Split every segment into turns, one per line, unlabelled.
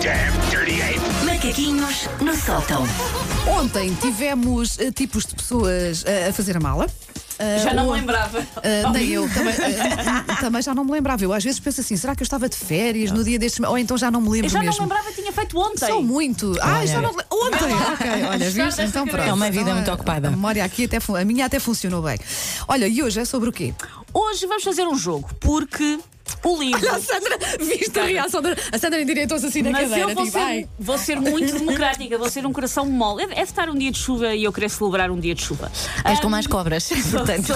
jam, dirty ape.
Macaquinhos no sótão.
Ontem tivemos eh, tipos de pessoas eh, a fazer a mala. Ah,
Já não me
o-
lembrava.
ah, nem eu, também, ah, também já não me lembrava. Eu às vezes penso assim: será que eu estava de férias no dia destes? Ou então já não me lembro
Eu já não
mesmo.
lembrava, tinha feito ontem.
São muito. Ah, já não. Ontem! Ok, olha, viste?
desta
Então
cabeça.
pronto.
É uma vida
Então,
muito
a-
ocupada.
A memória aqui até. fun- A minha até funcionou bem. Olha, e hoje é sobre o quê?
Hoje vamos fazer um jogo, porque o livro.
Sandra, viste a reação da. A Sandra endireitou-se assim na
Mas eu vou ser, vou ser muito democrática, vou ser um coração mole. É, é estar um dia de chuva e eu querer celebrar um dia de chuva.
És com mais cobras. Portanto,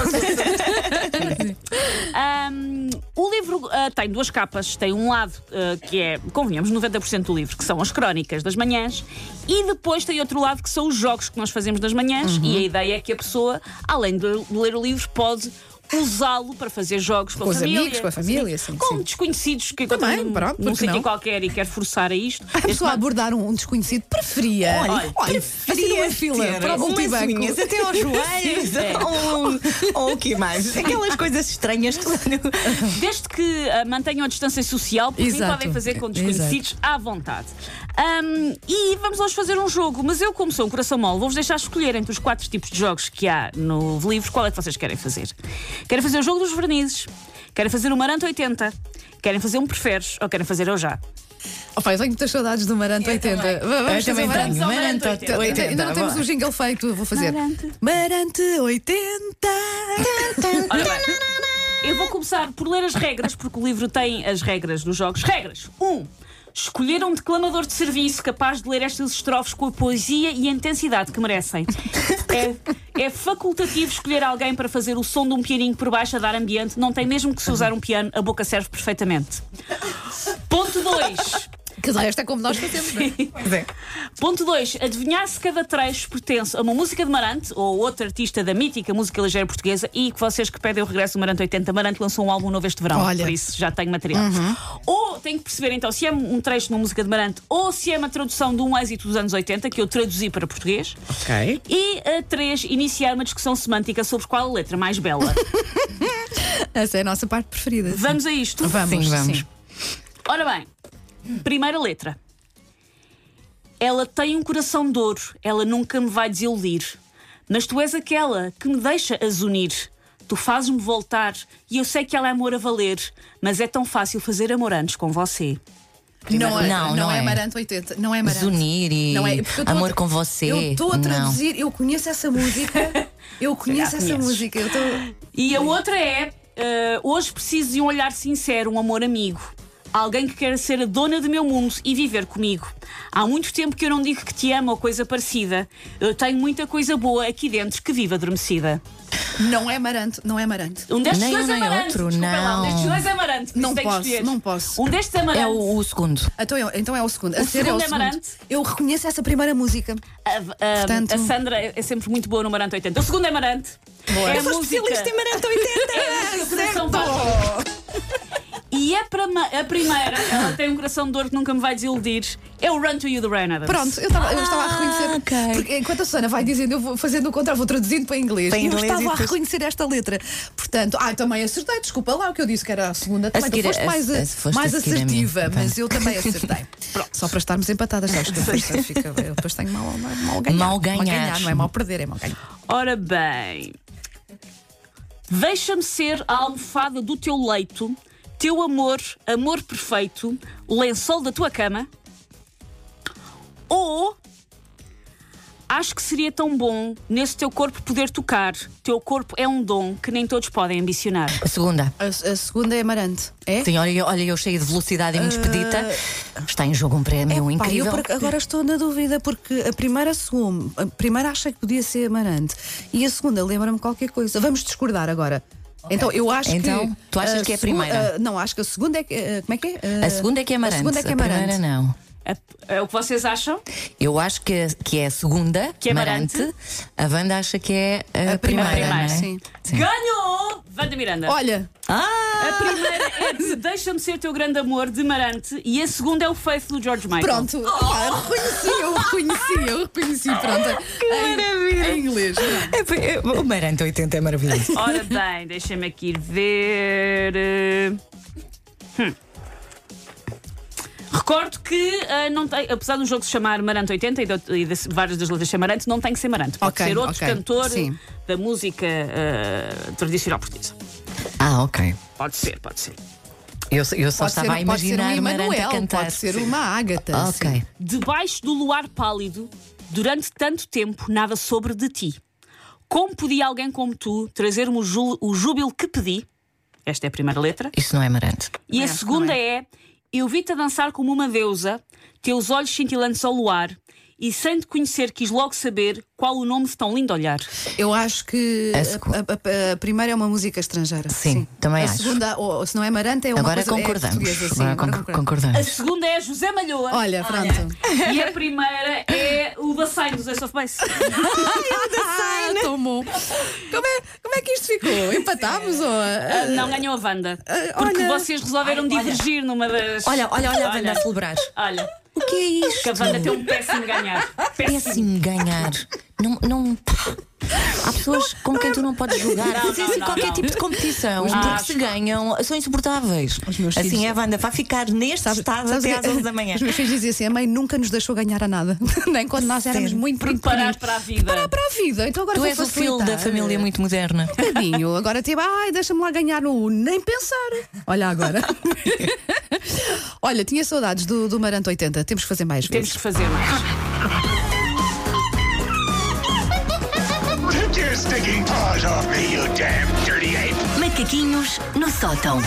Ahm, o livro ah, tem duas capas. Tem um lado ah, que é, convenhamos, 90% do livro, que são as crónicas das manhãs, e depois tem outro lado que são os jogos que nós fazemos das manhãs.
Uhum.
E a ideia é que a pessoa, além de ler o livro, pode usá-lo para fazer jogos com,
Com
a
os
família.
amigos, com a família, sim,
com
sim.
desconhecidos que
Também,
encontram num-
pronto,
num
porque
sítio
não? Ah,
qualquer e quer forçar a isto.
A pessoa a abordar um, um desconhecido preferia.
Olha,
assim numa fila para o multibanco.
até aos joelhos. ou,
um,
ou o que mais? Aquelas coisas estranhas que
Desde que ah, mantenham a distância social, porque
Exato.
podem fazer com desconhecidos à vontade. Ahm, e vamos hoje fazer um jogo, mas eu, como sou um coração mole, vou-vos deixar escolher entre os quatro tipos de jogos que há no livro qual é que vocês querem fazer. Querem fazer o jogo dos vernizes, querem fazer o Maranto 80, querem fazer um preferes ou querem fazer eu já.
Oh, pá, eu tenho muitas saudades do Marante 80. V- Vamos fazer
também
o Marante.
tenho.
ao Marante
Marante
80.
80,
Ainda não temos
boa.
o jingle feito, eu vou fazer.
Marante.
Marante 80.
Ora bem, eu vou começar por ler as regras, porque o livro tem as regras dos jogos. Regras: 1. Um, escolher um declamador de serviço capaz de ler estas estrofes com a poesia e a intensidade que merecem. É, é facultativo escolher alguém para fazer o som de um pianinho por baixo a dar ambiente, não tem mesmo que se usar um piano, a boca serve perfeitamente. Ponto 2.
Que de resto é como nós fazemos. não é?
Ponto 2. Adivinhar se cada trecho pertence a uma música de Marante ou outro artista da mítica música ligeira portuguesa e que vocês que pedem o regresso do Marante 80, Marante lançou um álbum novo este verão,
Olha. Uhum.
por isso já tenho material. Ou tenho que perceber então se é um trecho de uma música de Marante ou se é uma tradução de um êxito dos anos 80 que eu traduzi para português.
Ok.
E a 3. Iniciar uma discussão semântica sobre qual a letra mais bela.
Essa é a nossa parte preferida. sim.
Vamos a isto?
Vamos,
Sim, vamos.
sim.
Ora bem, primeira letra. Ela tem um coração de ouro, ela nunca me vai desiludir. Mas tu és aquela que me deixa asunir. Tu fazes-me voltar e eu sei que ela é amor a valer, mas é tão fácil fazer amor antes com você.
Não, é, não,
Não, não
é.
é.
Marante 80. Não é Marante.
Zunir e
Não é, porque eu tô a-
amor com você.
Eu estou a
Não.
traduzir, eu conheço essa música. Eu conheço essa
conheces.
música. Eu estou.
E a outra é: eh, hoje preciso de um olhar sincero, um amor amigo. Alguém que quer ser a dona do meu mundo e viver comigo. Há muito tempo que eu não digo que te amo ou coisa parecida. Eu tenho muita coisa boa aqui dentro que vive adormecida.
Não é Marante, não é Marante.
Um destes
Nem
dois
um, nem
amarante.
outro,
Desculpa lá, um
não.
destes dois amarante.
Não
Isso tem que
posso,
escolher.
não posso.
Um destes amarante.
É o, o segundo.
Então é, então é o segundo. A
O
sério
segundo
é
é
o segundo.
Marante.
Eu reconheço essa primeira música.
A, a-
Portanto-
a Sandra é é sempre muito boa no Amarante 80. O segundo é Amarante. É a música.
Marante 80.
É, o coração vai- E é para ma- a primeira, ela tem um coração de dor que nunca me vai desiludir. É o Run to You the Renaissance.
Pronto, eu estava, eu estava a reconhecer.
Ah, ok.
Porque enquanto a Susana vai dizendo, eu vou fazendo o contrário, vou traduzindo para inglês.
Para
e eu
inglês
estava
e
a
depois-
reconhecer esta letra. Portanto, ah, também acertei, desculpa lá o que eu disse que era a segunda. Também
seguir
tu
a-
foste
a-
mais, a-
a- foste
mais
a seguir a mim.
assertiva,
Pronto.
mas eu também acertei. Só para estarmos empatadas, sabes que depois, fica, eu depois tenho mal, mal, mal ganhar.
Mal ganhar.
não é mal perder, é mal ganhar.
Ora bem. Deixa-me ser a almofada do teu leito, teu amor, amor perfeito, lençol da tua cama. Ou acho que seria tão bom nesse teu corpo poder tocar. Teu corpo é um dom que nem todos podem ambicionar.
A segunda.
A, a segunda é Amarante. É?
Sim, olha, eu- olha, eu cheio de velocidade inexpedita. Está em jogo um prémio
Pá, Ah, eu
incrível.
por ac- agora estou na dúvida porque a primeira assumo, a primeira achei que podia ser Amarante e a segunda lembra-me qualquer coisa. Vamos discordar agora. Então eu acho que
Então, tu achas que é a
segu-
primeira?
a- não, acho que a segunda é que a- como é que é?
A segunda é que é amarante.
A segunda é que é Amarante.
primeira não.
É, é o que vocês acham?
Eu acho que, que é a segunda,
Que é amarante.
A Wanda acha que é a,
A primeira,
não é?
sim.
Ganhou! Wanda Miranda.
Olha,
Ah!
A primeira é de Deixa-me ser teu grande amor de Marante e a segunda é o Faith do George Michael.
pronto, Pá, reconheci, eu reconheci, eu reconheci, pronto. Em-
maravilha.
Em inglês.
É, é, o Marante 80 é maravilhoso.
Ora bem, deixa-me aqui ir ver. eh. Hum. Recordo que, ah, não tem, apesar do jogo se chamar Marante 80 e, de, e de- várias das letras chamar Marante, não tem que ser Marante. Pode
Ok,
ser outro
ok,
cantor
sim.
da música ah, tradicional portuguesa.
Ah, ok.
Pode ser, pode ser.
Eu, eu só
Pode ser,
estava a
pode ser um
imaginar Maranta
Emanuel,
cantar.
pode ser assim. uma Ágata.
Ah,
sim.
Ok.
Debaixo do luar pálido, durante tanto tempo, nada sobre de ti. Como podia alguém como tu trazer-me o, jú- o júbilo que pedi? Esta é a primeira letra.
Isso não é Marante.
E a
Esta
segunda é. Eu vi-te a dançar como uma deusa, teus olhos cintilantes ao luar, e sem te conhecer quis logo saber qual o nome de tão lindo olhar.
Eu acho que
A secu-
a, a- a- a primeira é uma música estrangeira.
Sim, também
a
acho.
segunda, ou, ou se não é Maranta, é uma
Agora
coisa é
concordamos.
portuguesa, sim,
agora
agora
con-
concordamos.
A
concordamos.
segunda é José Malhoa.
Olha, pronto.
E a primeira é o Bassain dos Ace of Base.
Ah, tão bom. Como é, como é que isto ficou? Empatámos ou. ah,
Não ganhou a Wanda. Porque
Ah,
olha.
vocês resolveram divergir numa das.
Olha, olha, olha, a Wanda a celebrar.
Olha,
o que é isto?
que a Wanda tem um péssimo ganhar. Péssimo.
Péssimo ganhar. Não, não. Há pessoas com quem tu não podes jogar.
Não,
Fazer
não,
assim
não,
qualquer
não.
tipo de competição.
meus
Porque se
filhos-
ganham, são insuportáveis.
meus
Assim
filhos-
é a Wanda, vai ficar neste estado
Sabes
até
o
às
quê?
11 da manhã.
Os meus filhos diziam assim: a mãe nunca nos deixou ganhar a nada. Nem quando nós éramos
Sim.
muito
Preparar
pequeninos.
para a vida.
Preparar para a vida. Então agora
Tu
vou
és o filho da
facilitar.
família muito moderna.
Tadinho, um agora tipo, ai, deixa-me lá ganhar no Uno. Nem pensar. Olha agora. Olha, tinha saudades do, do Marante 80. Temos que fazer mais vezes.
Temos que fazer é? mais.
Take your stinking paws off me, you damn dirty ape!
Macaquinhos no sótão.